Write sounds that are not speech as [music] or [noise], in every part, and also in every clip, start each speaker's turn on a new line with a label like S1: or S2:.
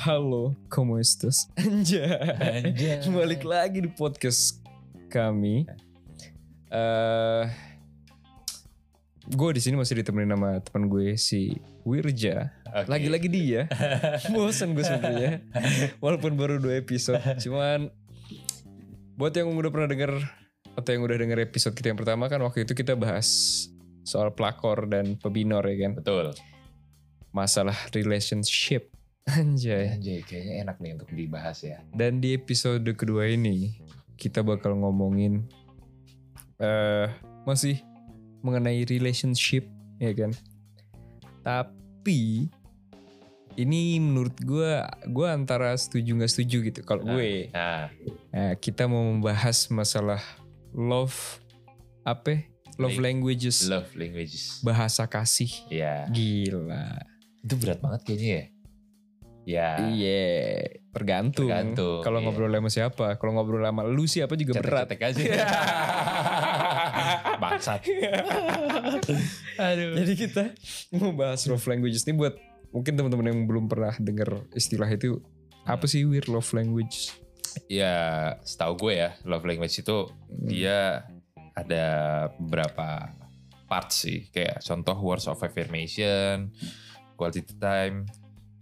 S1: Halo, ¿cómo estás? Anjay.
S2: Anjay.
S1: Balik lagi di podcast kami. Eh gue di sini masih ditemenin sama teman gue si Wirja.
S2: Oke.
S1: Lagi-lagi [laughs] dia. Bosan gue sebenarnya. Walaupun baru dua episode, [laughs] cuman buat yang udah pernah denger atau yang udah denger episode kita yang pertama kan waktu itu kita bahas soal pelakor dan pebinor ya kan.
S2: Betul.
S1: Masalah relationship. Anjay.
S2: Anjay, kayaknya enak nih untuk dibahas ya.
S1: Dan di episode kedua ini kita bakal ngomongin eh masih mengenai relationship ya kan. Tapi ini menurut gua gua antara setuju nggak setuju gitu. Kalau gue
S2: Nah,
S1: nah, kita mau membahas masalah love apa? ya? Love
S2: Lang-
S1: languages,
S2: love languages.
S1: bahasa kasih.
S2: Ya.
S1: Gila.
S2: Itu berat banget kayaknya ya. Ya.
S1: Iya, tergantung.
S2: Tergantung,
S1: Kalau
S2: iya.
S1: ngobrol sama siapa? Kalau ngobrol sama lu siapa juga Iya, berat.
S2: Cetek-cetek aja. [laughs] Bangsat. Aduh.
S1: [laughs] Jadi kita mau bahas love languages ini buat mungkin teman-teman yang belum pernah dengar istilah itu apa sih weird love language?
S2: Ya, setahu gue ya, love language itu
S1: Hmm.
S2: dia ada beberapa part sih. Kayak contoh words of affirmation, quality time,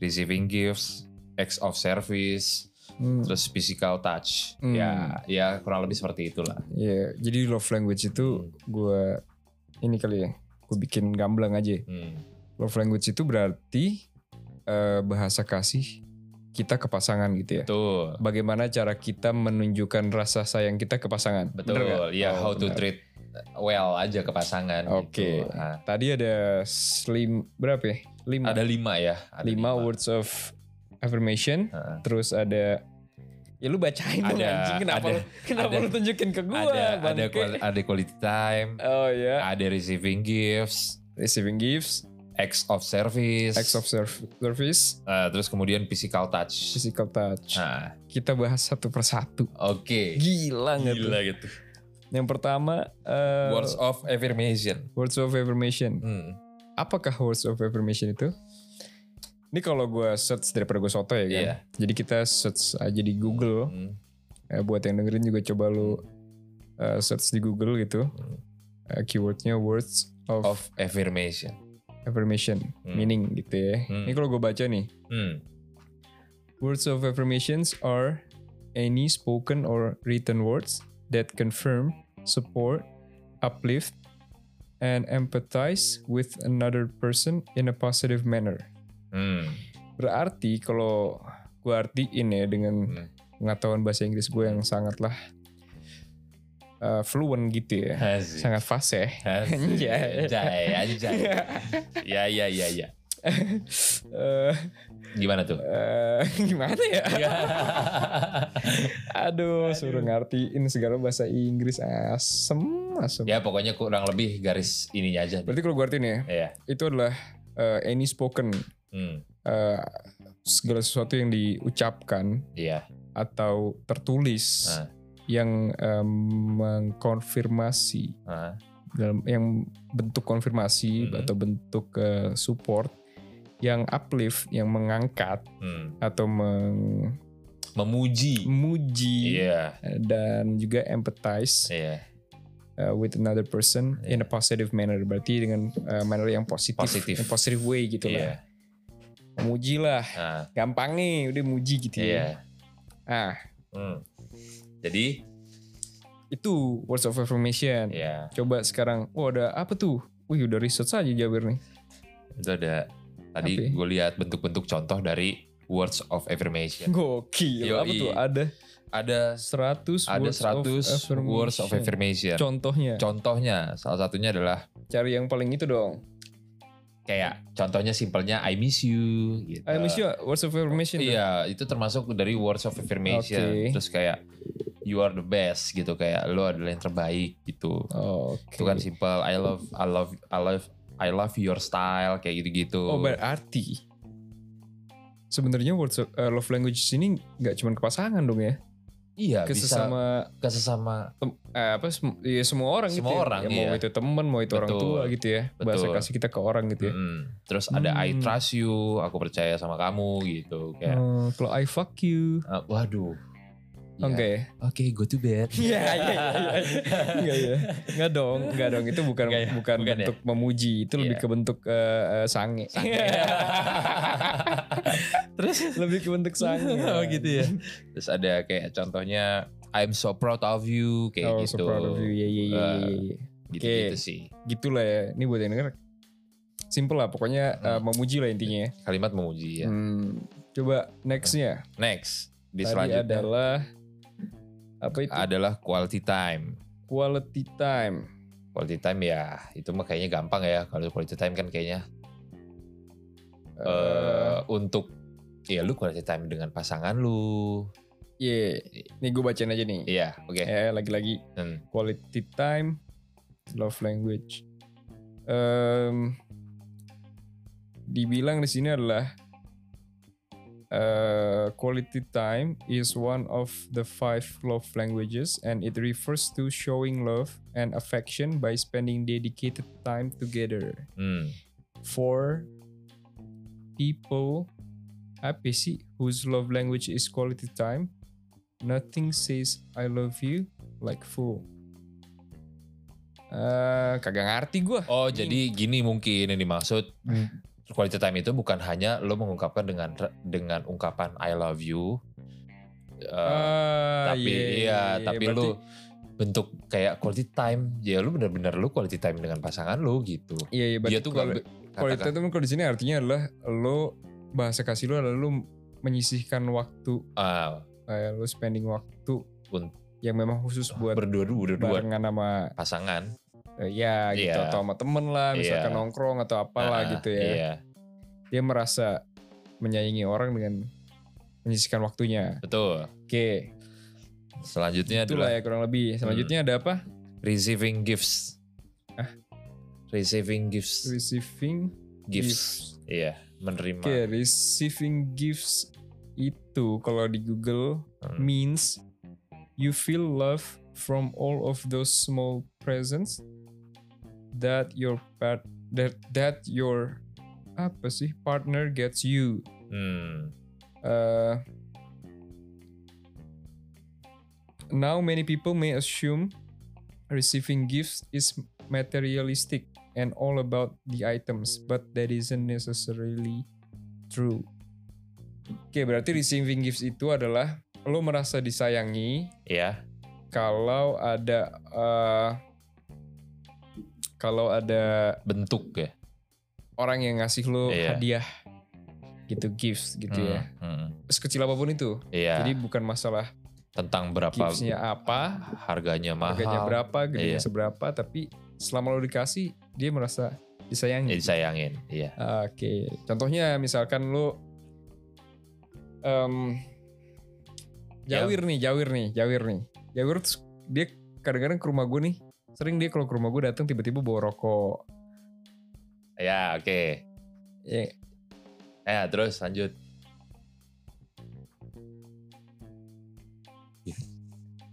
S2: receiving gifts, acts of service,
S1: Hmm,
S2: terus physical touch.
S1: Hmm.
S2: Ya, ya kurang lebih seperti itulah.
S1: ya, jadi love language itu gua ini kali ya, gue bikin gamblang aja.
S2: Hmm.
S1: Love language itu berarti eh, bahasa kasih kita ke pasangan gitu ya.
S2: Betul.
S1: Bagaimana cara kita menunjukkan rasa sayang kita ke pasangan? Bener nggak?
S2: Betul. Ya,
S1: Oh,
S2: how to
S1: benar.
S2: treat well aja ke pasangan
S1: Oke.
S2: gitu. Nah,
S1: Tadi ada slim berapa ya? Lima.
S2: ada lima Ah. ya. Ada
S1: lima words of affirmation
S2: Heeh.
S1: terus ada ya lu bacain dong
S2: Ada-
S1: anjing kenapa
S2: ada-
S1: lu kenapa
S2: ada-
S1: lu tunjukin ke gua
S2: ada ada Ah.
S1: bangke?
S2: quali- ada quality time,
S1: oh ya
S2: ada receiving gifts,
S1: receiving gifts
S2: acts of service,
S1: acts of serv- service
S2: eh, terus kemudian physical touch.
S1: physical touch
S2: Nah,
S1: kita bahas satu persatu
S2: oke.
S1: gila nggak tuh
S2: Gila gitu.
S1: yang pertama eh,
S2: Words of affirmation.
S1: words of affirmation
S2: Hmm.
S1: apakah words of affirmation itu ini kalau gua search daripada gue soto ya kan
S2: Iya.
S1: jadi kita search aja di Google
S2: Hmm.
S1: Eh, buat yang dengerin juga coba lu eh, search di Google gitu. Eh, keywordnya words of,
S2: Hmm. Of affirmation.
S1: affirmation,
S2: Hmm.
S1: meaning gitu ya.
S2: Hmm.
S1: Ini kalau gue baca nih,
S2: Hmm.
S1: words of affirmations are any spoken or written words that confirm, support, uplift, and empathize with another person in a positive manner.
S2: Hmm.
S1: Berarti kalau gue artiin ya dengan
S2: Hmm.
S1: pengetahuan bahasa Inggris gue yang sangatlah eh, fluent gitu ya.
S2: Asik.
S1: sangat ya. fasih.
S2: Asik.
S1: Anjay.
S2: Anjay, anjay. ya, ya, ya, ya.
S1: [laughs] Eh,
S2: Gimana
S1: [laughs]
S2: tuh?
S1: eh, gimana ya? Aduh, suruh ngertiin segala bahasa Inggris asem, asem.
S2: ya pokoknya kurang lebih garis ininya aja.
S1: Berarti kalau gue artiin ya,
S2: Iya.
S1: itu adalah eh, any spoken
S2: Hmm.
S1: eh, segala sesuatu yang diucapkan
S2: Iya.
S1: atau tertulis
S2: Ah.
S1: yang eh, mengkonfirmasi
S2: Ah.
S1: dalam yang bentuk konfirmasi
S2: Mhm.
S1: atau bentuk eh, support yang uplift, yang mengangkat
S2: Hmm.
S1: atau meng
S2: Memuji.
S1: muji
S2: Iya.
S1: dan juga empathize
S2: Iya.
S1: uh, with another person in a positive manner berarti dengan uh, manner yang positif,
S2: Positif.
S1: in positive way gitu
S2: Iya.
S1: lah. Muji lah,
S2: Ah.
S1: gampang nih udah muji gitu ya.
S2: Iya.
S1: Ah,
S2: Hmm. Jadi,
S1: itu words of affirmation.
S2: ya
S1: Coba sekarang, oh ada apa tuh? Wih udah research aja Jabir nih.
S2: itu ada tadi
S1: Apa? ya?
S2: gue lihat bentuk-bentuk contoh dari words of affirmation.
S1: Gokil, apa
S2: Yoi.
S1: tuh? Ada
S2: Ada
S1: 100
S2: ada
S1: words of
S2: 100
S1: affirmation.
S2: words of affirmation.
S1: Contohnya,
S2: Contohnya salah satunya adalah
S1: cari yang paling itu dong.
S2: kayak contohnya simpelnya I miss you gitu.
S1: Hmm. I miss you, Eh, words of affirmation. tuh.
S2: Iya, itu termasuk dari words of affirmation.
S1: Oke.
S2: Terus kayak you are the best gitu kayak lu adalah yang terbaik gitu.
S1: Oke.
S2: Itu kan simple. I love I love I love I love your style kayak gitu-gitu.
S1: Oh berarti uh, sebenarnya words of- eh, love language ini nggak cuma ke pasangan dong ya?
S2: Iya
S1: ke
S2: bisa
S1: sesama
S2: ke sesama
S1: tem- eh, apa sem- ya semua orang
S2: Semua
S1: gitu ya.
S2: orang,
S1: ya. mau
S2: iya.
S1: itu temen mau itu orang
S2: Betul.
S1: tua gitu ya bahasa
S2: Betul.
S1: kasih kita ke orang gitu ya
S2: Mm. Terus ada I
S1: Hmm.
S2: trust you, aku percaya sama kamu gitu kayak.
S1: Oh, kalau I fuck you
S2: eh, waduh. Ya,
S1: oke ya
S2: Oke, go to bed.
S1: [laughs] Iya, iya, iya,
S2: [laughs]
S1: iya. [laughs] Enggak ya. Enggak dong, enggak dong. Itu bukan
S2: Enggak ya,
S1: bukan,
S2: bukan ya.
S1: bentuk memuji, itu lebih
S2: Iya.
S1: ke bentuk eh, eh, sange.
S2: Terus
S1: [laughs] lebih ke bentuk [laughs] sange.
S2: oh gitu ya. Terus ada kayak contohnya I'm so proud of you kayak
S1: Oh,
S2: gitu.
S1: so proud of you. Iya, iya, iya, iya, iya.
S2: Gitu,
S1: Oke.
S2: sih.
S1: Gitulah ya. Ini buat yang denger simple lah pokoknya eh, memuji lah intinya ya.
S2: Kalimat memuji ya.
S1: Hmm, coba nextnya
S2: Next, di
S1: tadi
S2: selanjutnya
S1: adalah apa itu
S2: adalah quality time.
S1: quality time
S2: Quality time ya, itu mah kayaknya gampang ya. Kalau quality time kan kayaknya eh
S1: Eh,
S2: untuk ya lu quality time dengan pasangan lu.
S1: yeah. nih gue iya. bacain aja nih
S2: Iya, oke.
S1: ya lagi-lagi
S2: Hmm.
S1: quality time, love language. Em, dibilang di sini adalah eh, quality time is one of the five love languages and it refers to showing love and affection by spending dedicated time together
S2: Hmm.
S1: for people apa sih whose love language is quality time nothing says I love you like fool Eh, kagak ngerti gua
S2: Oh, jadi gini mungkin yang dimaksud quality time itu bukan hanya lo mengungkapkan dengan dengan ungkapan I love you. Eh,
S1: Ah,
S2: tapi
S1: iya,
S2: iya,
S1: iya,
S2: tapi
S1: berarti
S2: lu bentuk kayak quality time, ya lu bener-bener lu quality time dengan pasangan lu gitu.
S1: iya iya berarti
S2: Dia tuh kalau
S1: quali- quality time kalau di sini artinya adalah lo bahasa kasih lo adalah lo menyisihkan waktu
S2: ah,
S1: eh, lo spending waktu
S2: Un-
S1: yang memang khusus buat
S2: berdua berdua
S1: barengan sama
S2: pasangan.
S1: Eh, ya gitu
S2: Iya.
S1: atau sama temen lah misalkan
S2: Iya.
S1: nongkrong atau apalah
S2: Ah,
S1: gitu ya
S2: Iya,
S1: dia merasa menyayangi orang dengan menyisihkan waktunya
S2: betul.
S1: oke
S2: Selanjutnya
S1: itulah
S2: adalah
S1: ya kurang lebih
S2: Hmm.
S1: selanjutnya ada apa
S2: receiving gifts. Receiving gifts,
S1: receiving
S2: gifts. Iya, menerima.
S1: oke receiving gifts itu kalau di Google
S2: Hmm.
S1: means you feel love from all of those small presents that your part that that your apa sih partner gets you
S2: Hmm.
S1: Uh, now many people may assume receiving gifts is materialistic and all about the items, but that isn't necessarily true. Oke, berarti receiving gifts itu adalah lo merasa disayangi
S2: Iya,
S1: kalau ada uh, kalau ada
S2: bentuk ya.
S1: orang yang ngasih lo
S2: Iya.
S1: hadiah gitu gifts gitu ya.
S2: Hmm, hmm.
S1: Sekecil apapun itu.
S2: Iya.
S1: Jadi bukan masalah
S2: tentang berapa
S1: giftsnya apa,
S2: harganya mahal.
S1: harganya berapa, gedenya
S2: Iya.
S1: seberapa, tapi selama lo dikasih dia merasa
S2: Ya
S1: disayangi.
S2: disayangin, iya.
S1: Ah, Oke, contohnya misalkan lo em,
S2: Ya.
S1: jawir nih, jawir nih, jawir nih, jawir tuh dia kadang-kadang ke rumah gue nih, sering dia kalau ke rumah gue datang tiba-tiba bawa rokok.
S2: Ya, oke.
S1: Ya, [laughs]
S2: Ya, terus lanjut.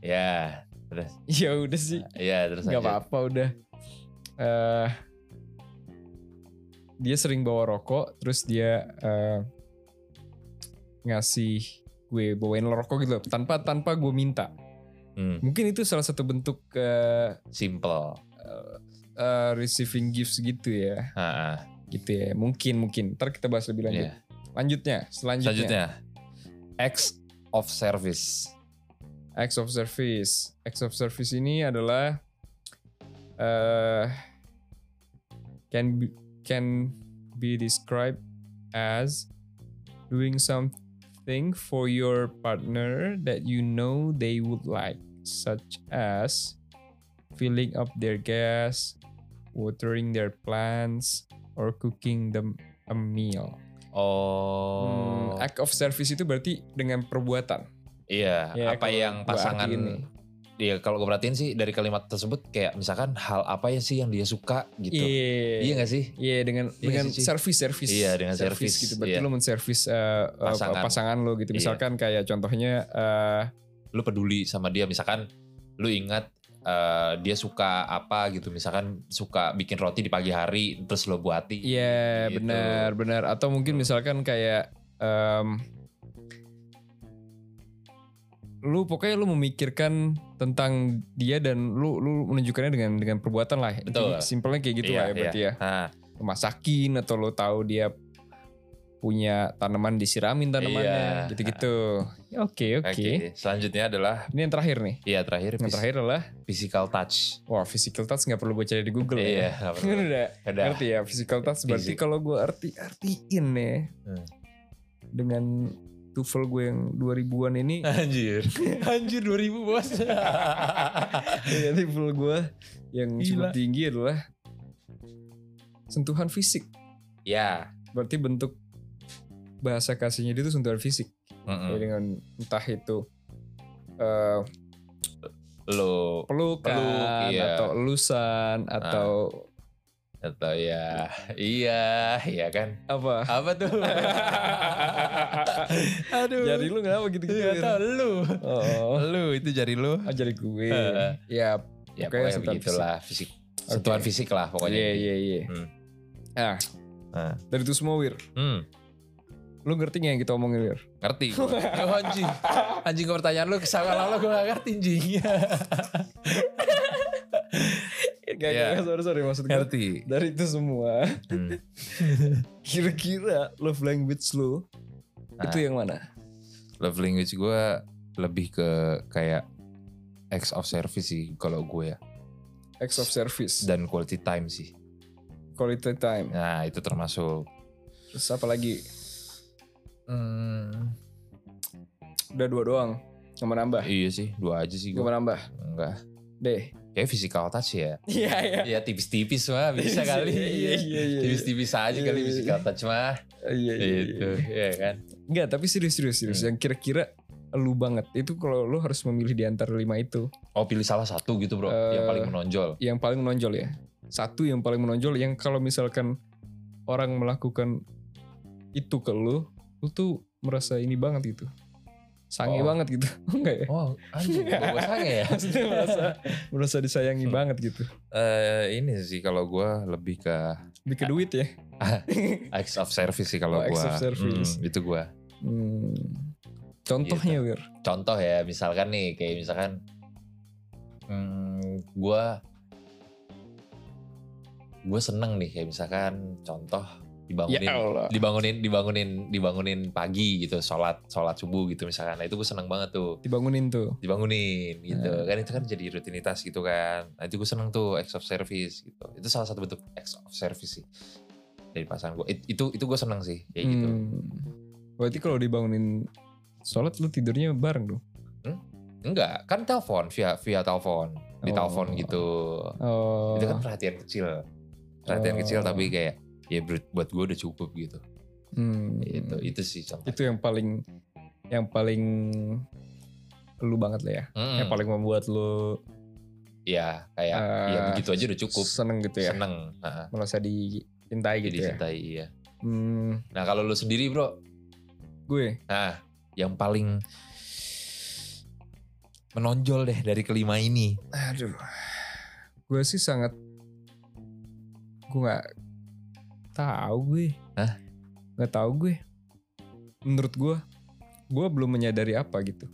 S2: Ya, terus.
S1: ya udah sih,
S2: Ya, terus
S1: nggak
S2: lanjut.
S1: apa-apa udah. Eh, dia sering bawa rokok, terus dia eh, ngasih gue bawain rokok gitu loh, tanpa tanpa gue minta.
S2: Hmm,
S1: Mungkin itu salah satu bentuk eh,
S2: simple.
S1: eh, receiving gifts gitu ya,
S2: Ha-ha,
S1: gitu ya. Mungkin mungkin. Ntar kita bahas lebih lanjut.
S2: iya.
S1: Lanjutnya, selanjutnya,
S2: Selanjutnya, acts of service.
S1: acts of service. Acts of service ini adalah eh can be, can be described as doing something for your partner that you know they would like, such as filling up their gas, watering their plants, or cooking them a meal. Hmm,
S2: Oh,
S1: act of service itu berarti dengan perbuatan.
S2: iya.
S1: Ya,
S2: apa
S1: kalau
S2: yang
S1: gua
S2: pasangan?
S1: artiin nih.
S2: Iya, kalau gue perhatiin sih dari kalimat tersebut kayak misalkan hal apa ya sih yang dia suka gitu.
S1: Iya.
S2: Iya gak sih?
S1: Iya dengan
S2: Iya
S1: dengan
S2: sih, Ci.
S1: service service.
S2: Iya, dengan service,
S1: gitu. Berarti
S2: iya.
S1: lo menservis eh, eh,
S2: Pasangan.
S1: pasangan lo gitu.
S2: Iya.
S1: Misalkan kayak contohnya eh,
S2: lu peduli sama dia misalkan lu ingat eh, dia suka apa gitu misalkan suka bikin roti di pagi hari terus lo buati
S1: Iya
S2: Gitu.
S1: benar benar atau mungkin misalkan kayak em, lu pokoknya lu memikirkan tentang dia dan lu lu menunjukkannya dengan dengan perbuatan lah
S2: Betul.
S1: simpelnya kayak gitu
S2: Iya,
S1: lah ya berarti
S2: iya.
S1: ya
S2: Nah,
S1: rumah sakin atau lu tahu dia punya tanaman disiramin
S2: Iya.
S1: tanamannya gitu-gitu Ya, oke
S2: oke
S1: oke
S2: selanjutnya adalah
S1: ini yang terakhir nih
S2: Iya terakhir,
S1: yang
S2: phys-
S1: terakhir adalah
S2: physical touch.
S1: wah physical touch nggak perlu gue cari di Google [laughs]
S2: Iya,
S1: ya
S2: nggak
S1: Ini
S2: perlu.
S1: udah
S2: Udah.
S1: Ngerti ya physical touch berarti
S2: Fisik.
S1: kalau gue arti artiin ya
S2: Hmm.
S1: dengan tuvel gue yang 2000-an
S2: [laughs]
S1: ini [laughs]
S2: Anjir. Anjir 2000 [laughs] bos.
S1: ya tuvel gue yang cukup
S2: Iya, Gila.
S1: tinggi adalah sentuhan fisik
S2: ya.
S1: berarti bentuk bahasa kasihnya dia itu sentuhan fisik ya,
S2: Mm-mm.
S1: dengan entah itu eh,
S2: Lo
S1: pelukan
S2: Peluk, iya. Ah.
S1: atau elusan atau
S2: atau ya iya iya kan
S1: apa
S2: apa
S1: [laughs]
S2: tuh [laughs] aduh
S1: jari lu kenapa gitu gitu
S2: Iya, tau lu
S1: oh
S2: lu itu jari lu
S1: ah, jari gue
S2: Eh.
S1: ya
S2: ya
S1: Pokoknya
S2: pokoknya,
S1: sentuhan
S2: begitulah fisik, sentuhan
S1: Oke.
S2: fisik lah pokoknya
S1: Iya iya iya.
S2: Hmm.
S1: Nah,
S2: Nah.
S1: dari itu semua Wir,
S2: Hmm,
S1: lu ngerti gak yang kita omongin Wir?
S2: ngerti gua. [laughs] oh, anjing anjing gua pertanyaan lu kesalahan lo gue gak ngerti anjing
S1: Gak, gak,
S2: Iya.
S1: gak, sorry sorry maksud gue.
S2: [laughs] ngerti
S1: Dari itu semua, [laughs]
S2: Hmm.
S1: kira-kira love language lu itu yang mana?
S2: love language gue lebih ke kayak acts of service sih kalau gue ya
S1: Acts of service,
S2: dan quality time sih
S1: quality time,
S2: nah itu termasuk
S1: terus apa lagi?
S2: hmm,
S1: Udah dua doang, nggak mau nambah,
S2: iya sih dua aja sih
S1: nggak
S2: gue
S1: mau nambah,
S2: enggak
S1: deh.
S2: kayak physical touch ya
S1: Iya iya.
S2: ya tipis-tipis mah [laughs] bisa kali
S1: Iya, iya, iya, iya.
S2: tipis-tipis aja
S1: Iya,
S2: kali
S1: iya.
S2: physical touch mah
S1: Iya iya.
S2: gitu ya kan
S1: Enggak, tapi serius serius serius. Yang kira-kira lu banget itu kalau lu harus memilih di antara lima itu
S2: oh pilih salah satu gitu bro
S1: Eh,
S2: yang paling menonjol
S1: yang paling menonjol ya satu yang paling menonjol yang kalau misalkan orang melakukan itu ke lu lu tuh merasa ini banget gitu sange
S2: Oh.
S1: banget gitu [laughs] enggak ya
S2: oh
S1: [laughs]
S2: anjing gue sange ya
S1: maksudnya merasa merasa disayangi
S2: Hmm.
S1: banget gitu
S2: Eh, ini sih kalau gue lebih ke
S1: lebih ke duit
S2: [laughs]
S1: ya
S2: acts of service sih
S1: Oh,
S2: kalau gue
S1: acts of service.
S2: itu gue
S1: Hmm. contohnya Wir
S2: contoh ya misalkan nih kayak misalkan hmm, gue gue seneng nih kayak misalkan contoh dibangunin
S1: Allah
S2: dibangunin dibangunin dibangunin pagi gitu sholat sholat subuh gitu misalkan nah itu gue seneng banget tuh
S1: dibangunin tuh
S2: dibangunin gitu
S1: Iya.
S2: kan itu kan jadi rutinitas gitu kan nah itu gue seneng tuh acts of service gitu itu salah satu bentuk acts of service sih dari pasangan gue itu itu gue seneng sih kayak gitu
S1: Hmm. berarti kalau dibangunin sholat lu tidurnya bareng dong
S2: enggak kan telepon via via telepon di telepon
S1: Hmm. Oh.
S2: gitu
S1: oh
S2: itu kan perhatian kecil perhatian
S1: Oh.
S2: kecil tapi kayak ya buat- buat gue udah cukup gitu
S1: Hmm.
S2: itu itu sih contoh
S1: itu yang paling yang paling lu banget lah ya
S2: Mm-mm.
S1: yang paling membuat lu
S2: ya Hmm, kayak
S1: Eh,
S2: ya begitu aja udah cukup
S1: seneng gitu ya
S2: seneng Heeh.
S1: merasa dicintai
S2: jadi
S1: gitu ya
S2: cintai iya
S1: hmm,
S2: nah kalau lu sendiri bro
S1: gue
S2: nah yang paling menonjol deh dari kelima ini
S1: aduh gue sih sangat gue nggak tahu gue
S2: Hah?
S1: nggak tahu gue menurut gue gue belum menyadari apa gitu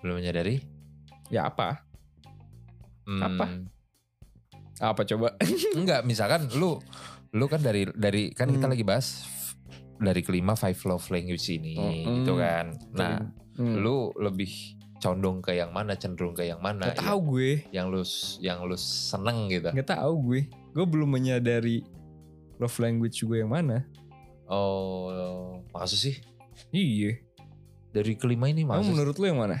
S2: belum menyadari
S1: ya apa
S2: Hmm,
S1: Apa? apa coba [laughs]
S2: enggak misalkan lu lu kan dari dari kan kita
S1: Hmm.
S2: lagi bahas f- dari kelima five love language ini
S1: Mm-mm.
S2: gitu kan nah
S1: Hmm.
S2: lu nah, lebih condong ke yang mana cenderung ke yang mana ya?
S1: nggak tahu gue
S2: yang lu s- yang lu seneng gitu
S1: nggak tahu gue gue belum menyadari love language gue yang mana
S2: oh maksud sih
S1: iya
S2: dari kelima ini
S1: Emang
S2: maksud
S1: menurut lu yang mana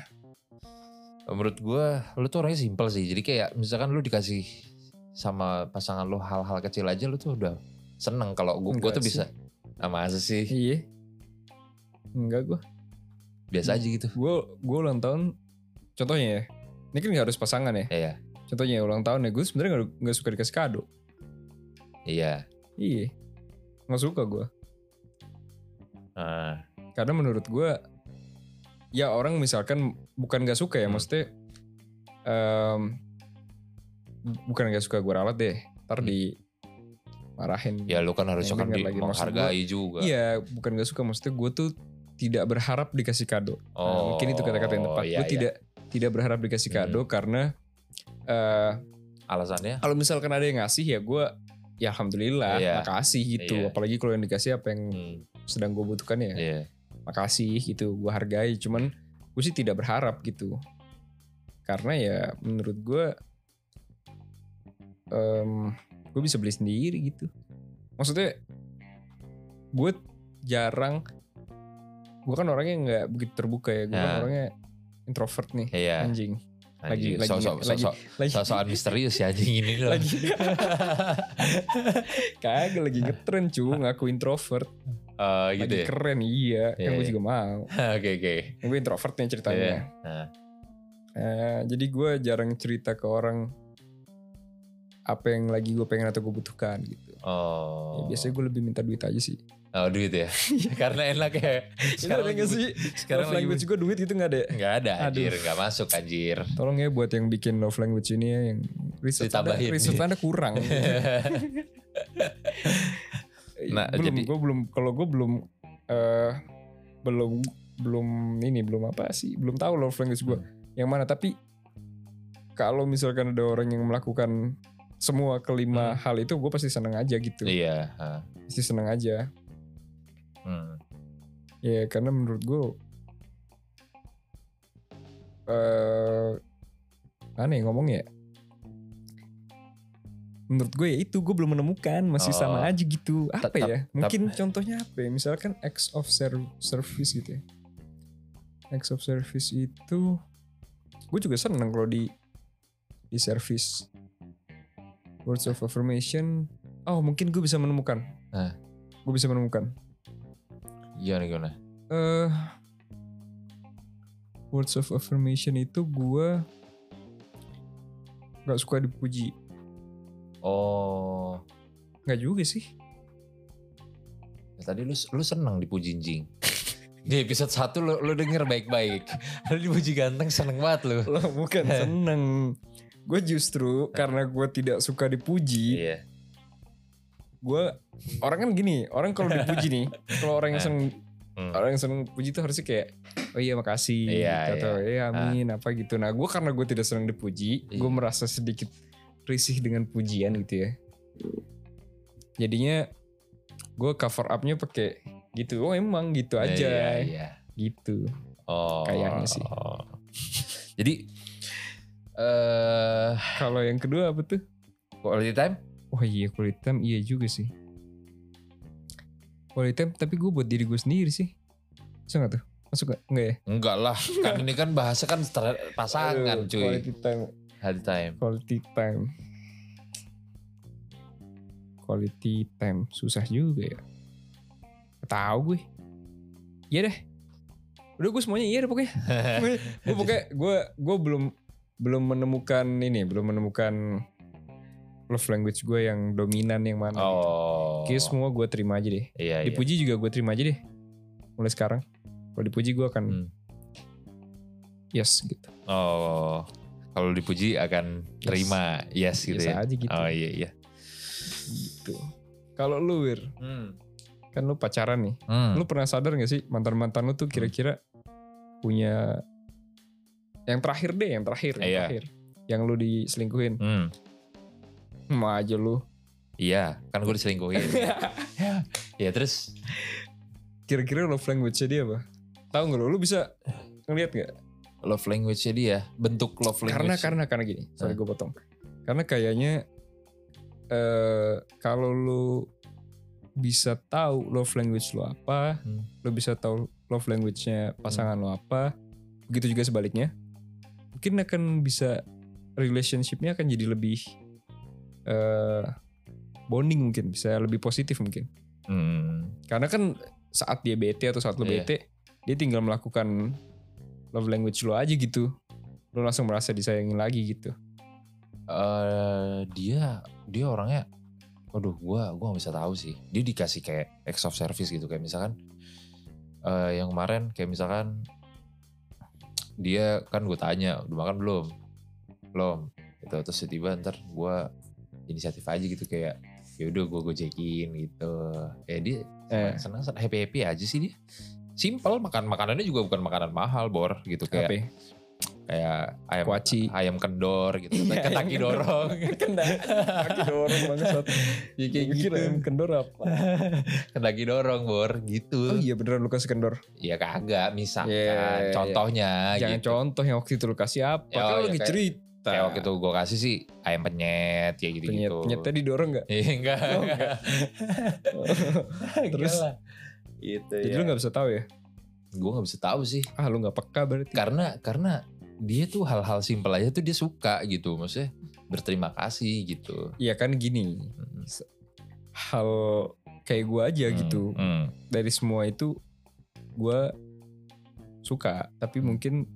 S2: menurut gue lu tuh orangnya simpel sih jadi kayak misalkan lu dikasih sama pasangan lu hal-hal kecil aja lu tuh udah seneng kalau gue
S1: Enggak
S2: tuh
S1: sih.
S2: bisa nah, masa sih
S1: iya enggak gue
S2: biasa aja gitu
S1: gue gue ulang tahun contohnya ya ini kan gak harus pasangan ya
S2: iya
S1: contohnya ulang tahun ya gue sebenarnya gak, nggak suka dikasih kado
S2: iya
S1: iya nggak suka gue
S2: Ah,
S1: karena menurut gue ya orang misalkan bukan gak suka ya,
S2: Hmm.
S1: maksudnya em, bukan gak suka gue ralat deh, ntar
S2: Hmm.
S1: dimarahin.
S2: ya lu kan harus
S1: Yang
S2: kan
S1: ingat
S2: di-
S1: lagi, maksud
S2: menghargai juga
S1: Iya, bukan gak suka, maksudnya gue tuh tidak berharap dikasih kado. Nah, mungkin itu kata-kata yang tepat.
S2: Oh, iya,
S1: gue
S2: iya.
S1: tidak tidak berharap dikasih
S2: Hmm.
S1: kado karena eh
S2: alasannya
S1: kalau misalkan ada yang ngasih ya gue ya alhamdulillah
S2: Iya.
S1: makasih gitu.
S2: Iya.
S1: Apalagi kalau yang dikasih apa yang
S2: hmm,
S1: sedang gue butuhkan ya
S2: iya.
S1: makasih gitu gue hargai cuman gue sih tidak berharap gitu karena ya menurut gue gue bisa beli sendiri gitu maksudnya gue jarang gue kan orangnya nggak begitu terbuka ya gue kan
S2: Nah.
S1: orangnya introvert nih
S2: Iya,
S1: anjing Lagi-
S2: anjing.
S1: lagi-
S2: Sosok-
S1: lagi-
S2: sosok-
S1: lagi
S2: sosokan misterius ya anjing ini loh. [laughs]
S1: lagi kagak lagi ngetren
S2: [laughs]
S1: cu ngaku introvert
S2: Eh, gitu
S1: lagi
S2: ya.
S1: keren iya
S2: Iya,
S1: yang gue
S2: iya.
S1: juga mau
S2: [laughs] Oke oke.
S1: gue introvert nih ceritanya
S2: Iya. Nah,
S1: Eh, jadi gue jarang cerita ke orang apa yang lagi gue pengen atau gue butuhkan gitu. Ya, Iya.
S2: Oh.
S1: biasanya gue lebih minta duit aja
S2: [laughs]
S1: sih.
S2: Oh, duit
S1: [laughs]
S2: ya. Karena enak ya.
S1: Sekarang ada
S2: lagi
S1: gak sih?
S2: sekarang
S1: love
S2: lagi
S1: language gue duit gitu gak ada. ya?
S2: Enggak ada anjir,
S1: Aduh.
S2: enggak masuk
S1: [laughs]
S2: anjir.
S1: Tolong ya buat yang bikin love language ini ya yang riset anda,
S2: Ditambahin.
S1: riset anda
S2: [laughs]
S1: kurang.
S2: Nah,
S1: belum,
S2: jadi-
S1: gue belum kalau gue belum eh belum belum ini belum apa sih? Belum tahu love language gue yang mana tapi kalau misalkan ada orang yang melakukan semua kelima hal itu gue pasti seneng aja gitu.
S2: Hmm. iya, heeh.
S1: Pasti seneng aja.
S2: Hmm.
S1: Ya karena menurut gue eh aneh ngomongnya. Menurut gue ya itu gue belum menemukan masih
S2: Oh.
S1: sama aja gitu. Apa
S2: Tetap-
S1: ya? Mungkin contohnya apa? ya? Misalkan acts of ser- service gitu ya. Acts of service itu gue juga seneng kalau di di service. Words of affirmation. Oh mungkin gue bisa menemukan.
S2: Nah.
S1: Gue bisa menemukan.
S2: Iya nih gimana?
S1: eh words of affirmation itu gue nggak suka dipuji
S2: Oh,
S1: nggak juga sih [laughs]
S2: ya tadi lu lu seneng dipuji anjing.
S1: [laughs]
S2: Di episode 1 lu, lu denger baik-baik. Lu dipuji ganteng seneng banget lu.
S1: lo bukan seneng gue justru karena gue tidak suka dipuji
S2: Iya.
S1: gue orang kan gini orang kalau dipuji [laughs] nih kalau orang yang
S2: Eh.
S1: seneng
S2: Hmm.
S1: orang yang seneng puji tuh harusnya kayak oh iya makasih
S2: Iya,
S1: gitu, atau iya amin apa gitu nah gue karena gue tidak seneng dipuji gue
S2: Iya.
S1: merasa sedikit risih dengan pujian gitu ya jadinya gue cover upnya pakai gitu oh emang gitu aja
S2: Iya, iya.
S1: gitu
S2: Oh.
S1: Kayaknya sih.
S2: [laughs] Jadi eh
S1: kalau yang kedua apa tuh
S2: quality time?
S1: wah iya quality time iya juga sih quality time tapi gue buat diri gue sendiri sih bisa nggak tuh masuk nggak nggak ya
S2: Enggak lah, kan ini kan bahasa kan ter- pasangan
S1: Aduh,
S2: cuy.
S1: quality time
S2: Quality
S1: [laughs]
S2: time.
S1: quality time quality time susah juga ya Nggak tahu gue iya deh udah gue semuanya iya deh pokoknya
S2: [laughs]
S1: gue pokoknya gue gue belum belum menemukan ini belum menemukan love language gue yang dominan yang mana gitu.
S2: oh.
S1: Kayaknya semua gue terima aja deh
S2: Iya, iya.
S1: dipuji juga gue terima aja deh mulai sekarang kalau dipuji gue akan
S2: Hmm.
S1: yes gitu
S2: Oh. Kalau dipuji akan
S1: Yes.
S2: terima yes, gitu
S1: biasa
S2: ya.
S1: aja gitu
S2: Oh iya iya.
S1: gitu kalau lu wir
S2: Hmm.
S1: kan lu pacaran nih
S2: Hmm.
S1: lu pernah sadar gak sih mantan mantan lu tuh kira-kira punya yang terakhir deh yang terakhir yang
S2: Iya.
S1: terakhir yang lu diselingkuhin
S2: Hmm.
S1: mau aja lu
S2: Iya, kan gue diselingkuhin. ya terus
S1: kira-kira love language dia apa tahu nggak lu lu bisa ngeliat nggak
S2: love language-nya dia, bentuk love
S1: karena
S2: language. Hmm.
S1: karena karena gini sorry
S2: Hah?
S1: gue potong karena kayaknya eh kalau lu bisa tahu love language lu apa
S2: Hmm.
S1: lu bisa tahu love language-nya pasangan lu apa begitu juga sebaliknya mungkin akan bisa relationship-nya akan jadi lebih eh bonding mungkin bisa lebih positif mungkin
S2: Hmm.
S1: karena kan saat dia bete atau saat lu
S2: Iya.
S1: bete dia tinggal melakukan love language lu aja gitu lu langsung merasa disayangin lagi gitu
S2: eh dia dia orangnya waduh gua gua nggak bisa tahu sih dia dikasih kayak acts of service gitu kayak misalkan eh yang kemarin kayak misalkan dia kan gue tanya udah makan belum belum gitu terus tiba ntar gue inisiatif aja gitu kayak ya udah gue gojekin gitu ya dia
S1: Eh.
S2: senang senang happy happy aja sih dia simple makan makanannya juga bukan makanan mahal bor gitu
S1: Apa? ya?
S2: kayak kayak ayam
S1: Kuaci. Iya,
S2: ayam kendor
S1: [laughs]
S2: gitu ketaki [laughs] dorong
S1: Kendor. Kaki dorong banget.
S2: ya kayak
S1: Gue
S2: gitu
S1: kira em kendor apa?
S2: ketaki Kan dorong bor gitu
S1: Oh iya beneran lu kasih kendor.
S2: ya kagak misalkan
S1: Iya, iya,
S2: contohnya
S1: Jangan
S2: gitu
S1: contoh yang waktu itu lu kasih apa.
S2: Ya,
S1: Kan lu
S2: oh, ya,
S1: lagi
S2: kayak-
S1: cerita.
S2: kayak waktu itu gue kasih sih ayam penyet kayak gitu
S1: Penyet,
S2: gitu
S1: penyet tadi dorong
S2: [laughs]
S1: gak?
S2: Iya [laughs] enggak.
S1: Oh, enggak. Terus?
S2: Gitu
S1: Jadi lu gak bisa tahu ya?
S2: Gue gak bisa tahu sih.
S1: Ah lu gak peka berarti.
S2: Karena karena dia tuh hal-hal simpel aja tuh dia suka gitu. Maksudnya berterima kasih gitu.
S1: Iya kan gini. Hal kayak gua aja
S2: Hmm,
S1: gitu.
S2: hmm.
S1: Dari semua itu gua suka. Tapi mungkin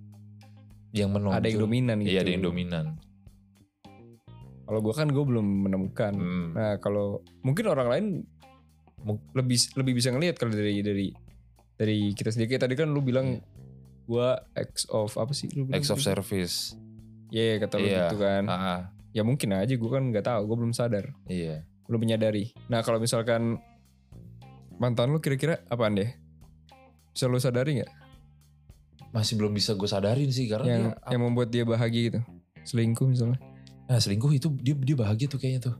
S2: Yang menonjol.
S1: ada yang dominan gitu.
S2: Iya ada yang dominan.
S1: Kalau gua kan gua belum menemukan.
S2: Hmm.
S1: Nah kalau mungkin orang lain mu- lebih lebih bisa ngelihat kalau dari dari dari kita sendiri. Kayak tadi kan lu bilang gua ex of apa sih lu bilang
S2: Acts Hmm. of
S1: gitu?
S2: service.
S1: Iya kata lu
S2: Iya.
S1: gitu kan.
S2: Ah, ah,
S1: Ya mungkin aja gua kan nggak tahu, gua belum sadar,
S2: iya.
S1: belum menyadari. Nah kalau misalkan mantan lu kira-kira apaan deh? Bisa lu sadari nggak?
S2: Masih belum bisa gue sadarin sih karena
S1: Yang
S2: dia
S1: yang membuat dia bahagia gitu? Selingkuh misalnya?
S2: nah selingkuh itu dia dia bahagia tuh kayaknya tuh.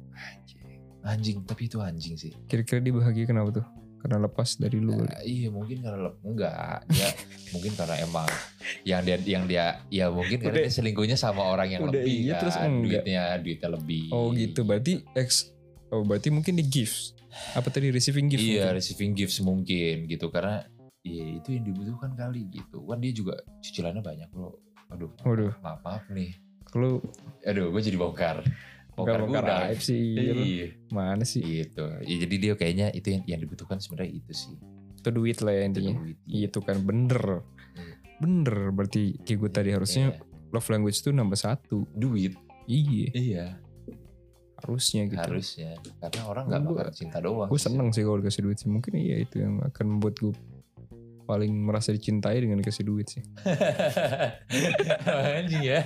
S2: Anjing, tapi itu anjing sih.
S1: Kira-kira dia bahagia kenapa tuh? Karena lepas dari lu. kali.
S2: Nah, iya mungkin karena lep- enggak
S1: [laughs]
S2: ya mungkin karena emang yang dia yang dia ya mungkin karena
S1: Udah-
S2: dia selingkuhnya sama orang yang
S1: udah
S2: lebih
S1: iya,
S2: kan
S1: terus enggak.
S2: duitnya duitnya lebih
S1: Oh gitu, berarti ex. Oh berarti mungkin di gifts. Apa tadi receiving gift?
S2: iya
S1: mungkin?
S2: receiving gifts mungkin gitu karena ya itu yang dibutuhkan kali gitu kan dia juga cicilannya banyak bro aduh
S1: Waduh,
S2: maaf maaf nih
S1: kalau
S2: aduh gue jadi bongkar
S1: nggak
S2: bongkar
S1: bongkar
S2: gudang.
S1: aib sih. iya lu.
S2: Iya,
S1: Mana sih?
S2: gitu. Ya, jadi dia kayaknya itu yang, yang dibutuhkan sebenarnya itu sih.
S1: Itu duit lah ya intinya.
S2: Duit.
S1: Itu kan bener.
S2: Iya.
S1: Bener berarti kayak gue tadi harusnya
S2: Iya.
S1: love language tuh nambah satu.
S2: duit.
S1: Iya,
S2: Iya.
S1: harusnya gitu.
S2: harusnya karena orang nggak
S1: Gua-
S2: makan cinta doang
S1: Gue seneng sih kalau dikasih duit sih. Mungkin iya itu yang akan membuat gue paling merasa dicintai dengan dikasih duit sih.
S2: [laughs] anjing ya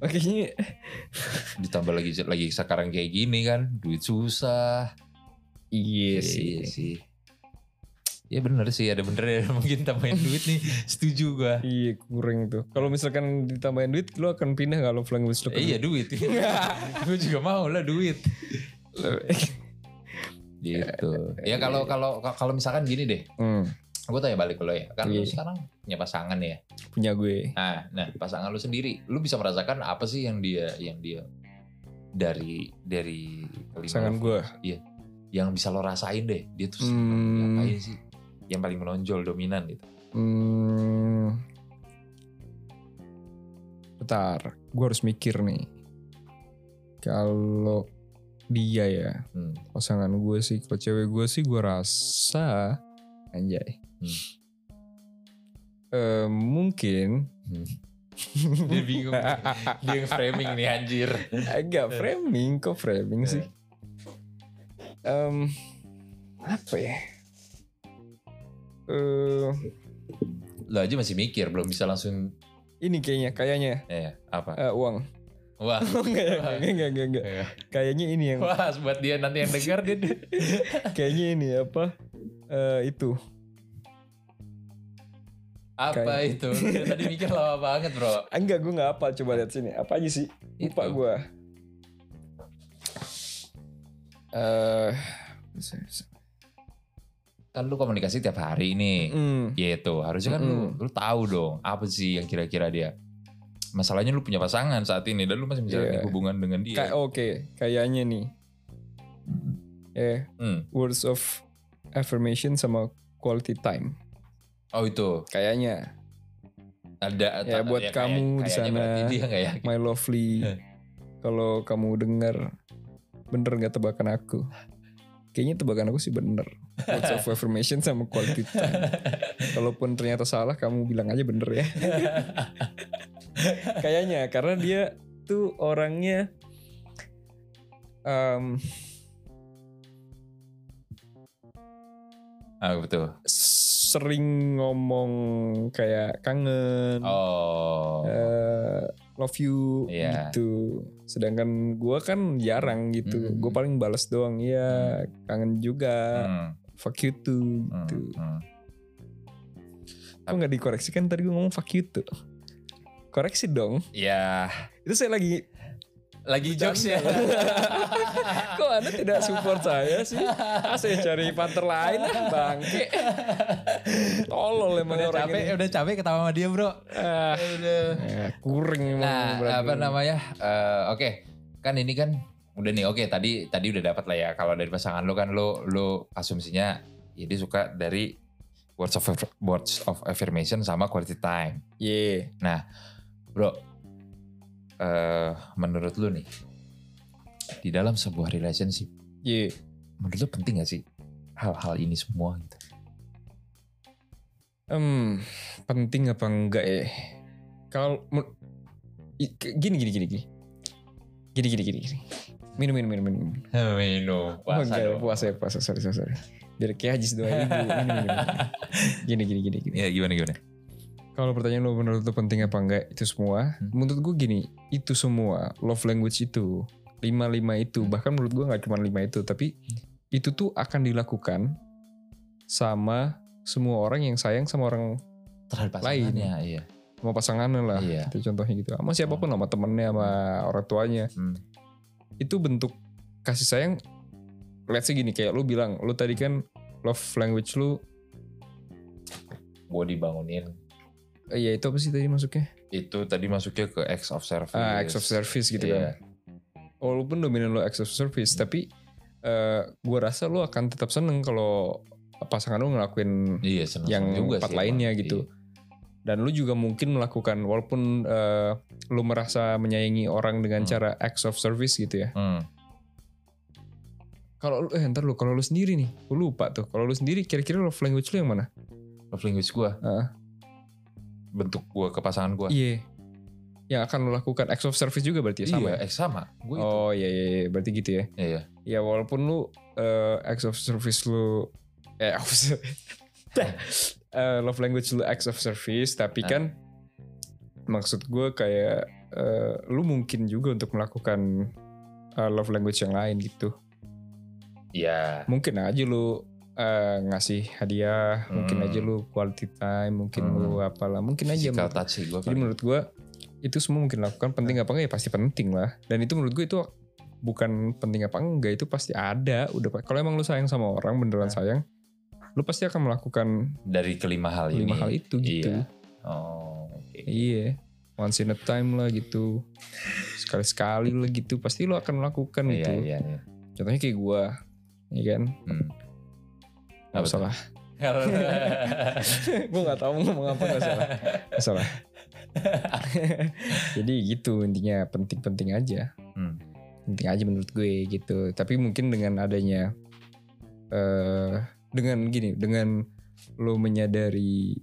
S1: Makanya
S2: ditambah lagi lagi sekarang kayak gini kan duit susah
S1: iya
S2: Iya sih ya bener sih ada bener ya mungkin tambahin duit nih setuju gua
S1: Iya kurang tuh. Kalau misalkan ditambahin duit, lo akan pindah kalau love language lo? ke
S2: Eh, iya duit [laughs] gue juga mau lah duit gitu ya kalau kalau kalau misalkan gini deh
S1: [laughs] Hmm,
S2: gue tanya balik ke lo ya kan lu
S1: Iya.
S2: sekarang punya pasangan ya
S1: punya gue.
S2: Nah, nah pasangan lu sendiri, lu bisa merasakan apa sih yang dia yang dia dari dari kelima
S1: Pasangan
S2: lu-
S1: gue.
S2: yang bisa lo rasain deh, dia tuh
S1: Hmm.
S2: ngapain sih? Yang paling menonjol dominan gitu.
S1: Hmm. Bentar, gue harus mikir nih. Kalau dia ya, [laughs]
S2: Hmm.
S1: pasangan gue sih, kalau cewek gue sih gue rasa anjay.
S2: Hmm.
S1: Eh,
S2: [laughs]
S1: mungkin
S2: dia bingung, dia yang framing nih anjir.
S1: agak framing kok framing sih.
S2: Eh.
S1: Em, apa ya? Eh,
S2: Lo aja masih mikir, belum bisa langsung
S1: ini kayaknya, kayaknya
S2: eh apa?
S1: eh, uang. [laughs]
S2: Wah,
S1: enggak, enggak, enggak, enggak, enggak.
S2: Iya.
S1: Kayaknya ini yang
S2: wah buat dia nanti yang dengar dia
S1: kayaknya ini apa eh, itu
S2: apa
S1: Kayak-
S2: itu? Dia tadi mikir lama banget bro.
S1: Ah, enggak gue nggak apa coba lihat sini apa aja sih lupa
S2: Itu.
S1: gue eh
S2: Kan lu komunikasi tiap hari nih.
S1: mm,
S2: Ya itu harusnya kan lu, lu tahu dong apa sih yang kira-kira dia. Masalahnya lu punya pasangan saat ini dan lu masih menjalani
S1: Iya.
S2: hubungan dengan dia.
S1: kayak oke kayaknya nih eh
S2: Hmm.
S1: words of affirmation sama quality time
S2: Oh itu
S1: kayaknya
S2: ada
S1: Ya,
S2: ada-
S1: buat
S2: kayak-
S1: kamu di
S2: kayaknya
S1: sana.
S2: berarti dia nggak ya? yakin.
S1: my lovely kalau kamu dengar bener nggak tebakan aku kayaknya tebakan aku sih bener words of affirmation sama quality time kalaupun ternyata salah kamu bilang aja bener ya [laughs] kayaknya karena dia tuh orangnya em,
S2: ah betul.
S1: s- sering ngomong kayak kangen,
S2: Oh.
S1: eh, love you
S2: Iya.
S1: gitu. Sedangkan gua kan jarang gitu.
S2: Mm.
S1: Gue paling balas doang. Iya, kangen juga.
S2: Hmm,
S1: Fuck you too
S2: hmm,
S1: gitu.
S2: hmm.
S1: Kok nggak dikoreksikan tadi gue ngomong fuck you too. Koreksi dong.
S2: Ya,
S1: Itu saya lagi
S2: lagi jokes ya.
S1: Kok Anda tidak support saya sih? Ah, saya cari partner lain ah, bangke. Tolol emang
S2: udah
S1: orang
S2: capek,
S1: ini.
S2: udah capek ketawa sama dia, Bro.
S1: Ah,
S2: Udah.
S1: ya, kuring emang.
S2: Nah,
S1: berat
S2: apa
S1: banget.
S2: namanya? eh, oke, kan ini kan udah nih. Oke, tadi tadi udah dapat lah ya. Kalau dari pasangan lo kan lo lo asumsinya ya dia suka dari words of aff- words of affirmation sama quality time,
S1: Ye.
S2: bro. eh menurut lu nih di dalam sebuah relationship,
S1: Ye.
S2: menurut lu penting gak sih hal-hal ini semua? Gitu?
S1: Hmm, penting apa enggak ya? Kalau men- i- ke- gini gini gini gini. Gini gini gini gini. Minum minum minum minum.
S2: Minum
S1: Oh, enggak, puasa ya, puasa. Sorry, sorry, sorry. Biar kayak Haji dua ribu. Minum,
S2: [laughs]
S1: minum, minum. Gini gini gini gini.
S2: Ya gimana gimana?
S1: Kalau pertanyaan lo menurut lo penting apa enggak itu semua?
S2: Hmm.
S1: Menurut gue gini, itu semua love language itu lima lima itu
S2: Hmm.
S1: bahkan menurut gue nggak cuma lima itu tapi itu tuh akan dilakukan sama semua orang yang sayang sama orang
S2: Terhadap
S1: Lain.
S2: pasangannya, iya.
S1: sama pasangannya lah
S2: Iya.
S1: itu contohnya gitu sama siapapun sama temennya sama orang tuanya
S2: Hmm.
S1: itu bentuk kasih sayang let's say gini kayak lo bilang lo tadi kan love language lo
S2: Gue dibangunin.
S1: eh, ya itu apa sih tadi masuknya
S2: Itu tadi masuknya ke acts of service.
S1: ah acts of service gitu kan
S2: Iya. Hmm.
S1: walaupun dominan lo acts of service tapi eh gue rasa lo akan tetap seneng kalau pasangan lo ngelakuin
S2: Iya seneng
S1: yang
S2: juga
S1: empat
S2: sih,
S1: lainnya
S2: emang. Iya.
S1: gitu dan lo juga mungkin melakukan walaupun eh, lo merasa menyayangi orang dengan
S2: Hmm.
S1: cara acts of service gitu ya
S2: Iya. Hmm.
S1: kalau lu eh ntar lu kalau lu sendiri nih lu lupa tuh kalau lu sendiri kira-kira love language lu yang mana
S2: Love language gue,
S1: Heeh.
S2: bentuk gue ke pasangan gue.
S1: iya yang akan lu lakukan acts of service juga berarti ya sama ya?
S2: eh, sama. Gue itu.
S1: oh iya, iya iya berarti gitu ya
S2: Iya.
S1: ya walaupun lu eh, acts of service lu eh [laughs] of ser- Eh, love language lu acts of service tapi
S2: Ah.
S1: kan maksud gue kayak eh, lu mungkin juga untuk melakukan eh, love language yang lain gitu
S2: Iya.
S1: mungkin aja lu eh, ngasih hadiah mungkin
S2: Hmm.
S1: aja lu quality time mungkin
S2: Hmm.
S1: lu apalah mungkin aja
S2: Physical kan
S1: menurut-
S2: touch sih gue.
S1: jadi menurut gue itu semua mungkin lakukan penting apa enggak ya pasti penting lah. Dan itu menurut gue itu bukan penting apa enggak itu pasti ada. Udah pa- kalau emang lu sayang sama orang beneran
S2: Nah.
S1: sayang, lu pasti akan melakukan
S2: Dari kelima hal ini.
S1: lima hal itu gitu.
S2: Iya. Oh. oke.
S1: Iya. Once in a time lah gitu. Sekali-sekali lah gitu pasti lu akan melakukan
S2: Iya,
S1: gitu.
S2: iya, iya.
S1: Contohnya kayak gue, ya kan?
S2: Hmm.
S1: Gak
S2: Apa tuh?
S1: salah. [laughs] gue nggak tahu mau ngomong apa nggak salah. Nggak [laughs] salah. Jadi gitu intinya penting-penting aja.
S2: Hmm.
S1: penting aja menurut gue gitu tapi mungkin dengan adanya eh dengan gini dengan lo menyadari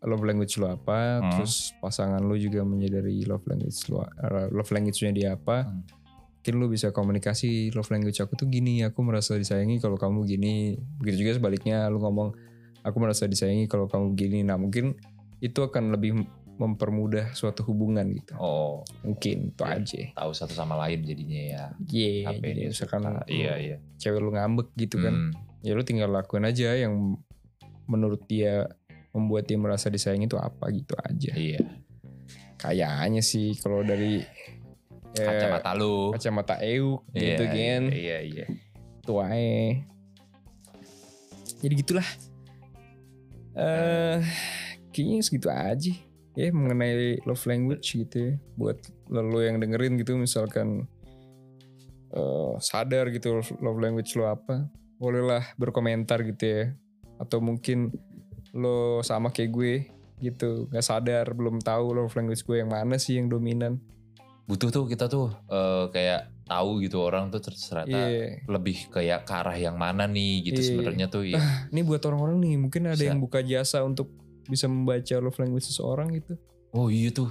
S1: love language lo apa
S2: Hmm.
S1: terus pasangan lo juga menyadari love language lo eh, love language-nya dia apa
S2: Hmm.
S1: mungkin lo bisa komunikasi love language aku tuh gini aku merasa disayangi kalau kamu gini begitu juga sebaliknya lo ngomong aku merasa disayangi kalau kamu gini nah mungkin itu akan lebih mempermudah suatu hubungan gitu
S2: [laughs] Oh,
S1: mungkin itu
S2: Iya.
S1: aja
S2: tahu satu sama lain jadinya ya.
S1: Iya,
S2: Apa
S1: jadi
S2: ini?
S1: misalkan
S2: Ah, iya, iya.
S1: cewek lu ngambek gitu kan,
S2: Hmm.
S1: ya lu tinggal lakuin aja yang menurut dia membuat dia merasa disayangi itu apa gitu aja.
S2: Iya.
S1: Kayaknya sih kalau dari eh,
S2: Kacamata lu.
S1: kacamata euk gitu
S2: Iya,
S1: kan,
S2: Iya, iya.
S1: tuae. Jadi gitulah. Eh, kayaknya segitu aja ya mengenai love language gitu ya. buat lo yang dengerin gitu misalkan eh, sadar gitu love language lo apa bolehlah berkomentar gitu ya atau mungkin lo sama kayak gue gitu nggak sadar belum tahu love language gue yang mana sih yang dominan
S2: Butuh tuh kita tuh eh, kayak tahu gitu orang tuh ternyata
S1: iya
S2: lebih kayak ke arah yang mana nih gitu
S1: Iya.
S2: sebenarnya tuh ya.
S1: [laughs] ini buat orang-orang nih mungkin ada
S2: Bisa.
S1: yang buka jasa untuk bisa membaca love language seseorang gitu
S2: Oh iya tuh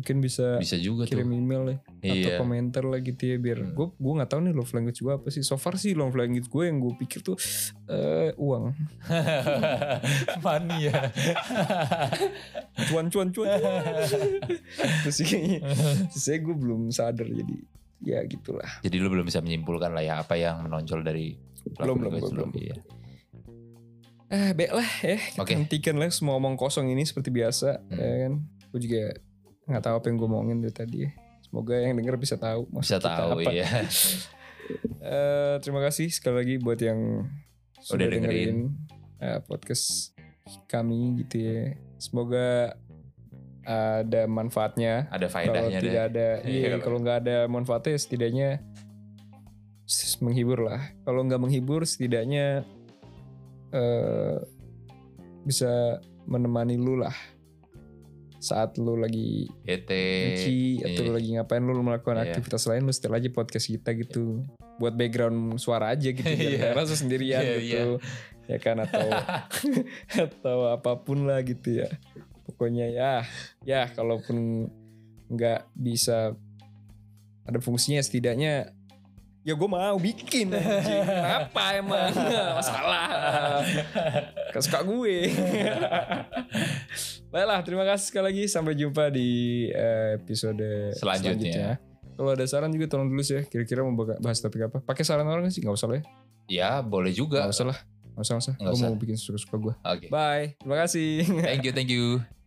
S1: mungkin bisa,
S2: bisa juga
S1: kirim
S2: tuh
S1: email deh atau
S2: [laughs] iya
S1: komentar lah gitu ya biar
S2: Hmm.
S1: gue gue nggak tahu nih love language gue apa sih so far sih love language gue yang gue pikir tuh eh uang
S2: money ya
S1: cuan cuan cuan terus sih saya gue belum sadar jadi ya gitulah
S2: [laughs] jadi lu belum bisa menyimpulkan lah ya apa yang menonjol dari
S1: Belum, belum,
S2: language
S1: belum,
S2: lu. Iya.
S1: eh baik lah ya kita [laughs]
S2: Oke.
S1: hentikan lah semua omong kosong ini seperti biasa
S2: Hmm.
S1: ya kan gue juga nggak tahu apa yang gue omongin dari tadi ya semoga yang denger bisa tahu
S2: bisa
S1: maksud kita
S2: tahu
S1: apa.
S2: ya
S1: Eh, terima kasih sekali lagi buat yang sudah dengerin,
S2: dengerin.
S1: eh, podcast kami gitu ya. Semoga ada manfaatnya.
S2: [laughs] ada
S1: Kalau
S2: faedahnya
S1: tidak
S2: deh
S1: ada, iya,
S2: Iya.
S1: kalau nggak ada manfaatnya setidaknya s- menghibur lah. Kalau nggak menghibur setidaknya eh, bisa menemani lu lah saat lu lagi
S2: bete
S1: cuci atau
S2: iya. [laughs]
S1: lagi ngapain lu melakukan
S2: Iya.
S1: aktivitas lain lu setel aja podcast kita gitu buat background suara aja gitu biar
S2: Iya.
S1: nggak rasa sendirian
S2: Iya,
S1: gitu ya kan
S2: [laughs]
S1: atau atau apapun lah gitu ya pokoknya ya ya kalaupun nggak bisa ada fungsinya setidaknya ya gue mau bikin
S2: [laughs]
S1: anjing. kenapa emang [laughs] masalah kesuka [laughs] gue baiklah terima kasih sekali lagi sampai jumpa di eh, episode
S2: Selanjutnya.
S1: selanjutnya. kalau ada saran juga tolong tulis ya kira-kira mau baka- bahas topik apa pakai saran orang sih nggak usah lah ya
S2: ya boleh juga
S1: nggak usah lah nggak usah nggak usah
S2: Nggak
S1: gue
S2: usah.
S1: mau bikin suka-suka gue
S2: oke
S1: bye terima kasih [laughs]
S2: thank you thank you